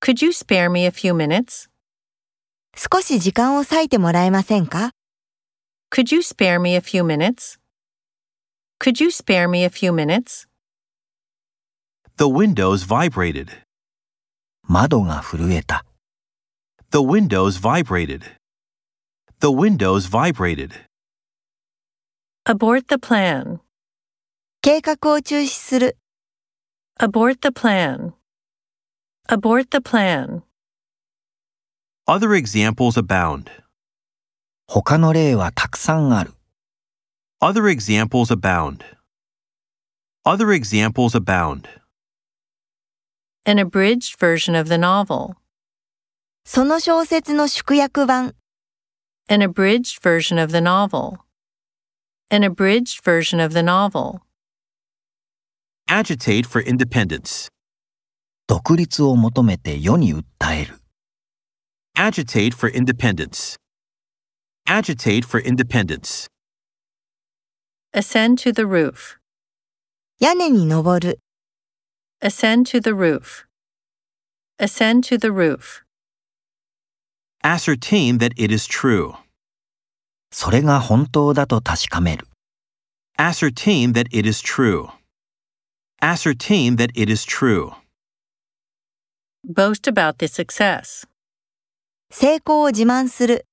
Could you spare me a few minutes? 少し時間を割いてもらえませんか Could you spare me a few minutes? Could you spare me a few minutes? The windows vibrated. 窓が震えた。 The windows vibrated. The windows vibrated. Abort the plan. 計画を中止する。 Abort the plan. Abort the plan. Other examples abound. 他の例はたくさんある。 Other examples abound. Other examples abound. An abridged version of the novel. その小説の縮約版。 An abridged version of the novel. An abridged version of the novel. Agitate for independence. 独立を求めて世に訴える。 Agitate for independence. Agitate for independence. Ascend to the roof. 屋根に登る。 Ascend to the roof. Ascend to the roof. Ascertain that it is true. それが本当だと確かめる。 Ascertain that it is true. Ascertain that it is true. Boast about the success. 成功を自慢する。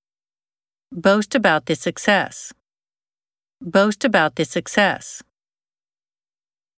Boast about the success. Boast about the success.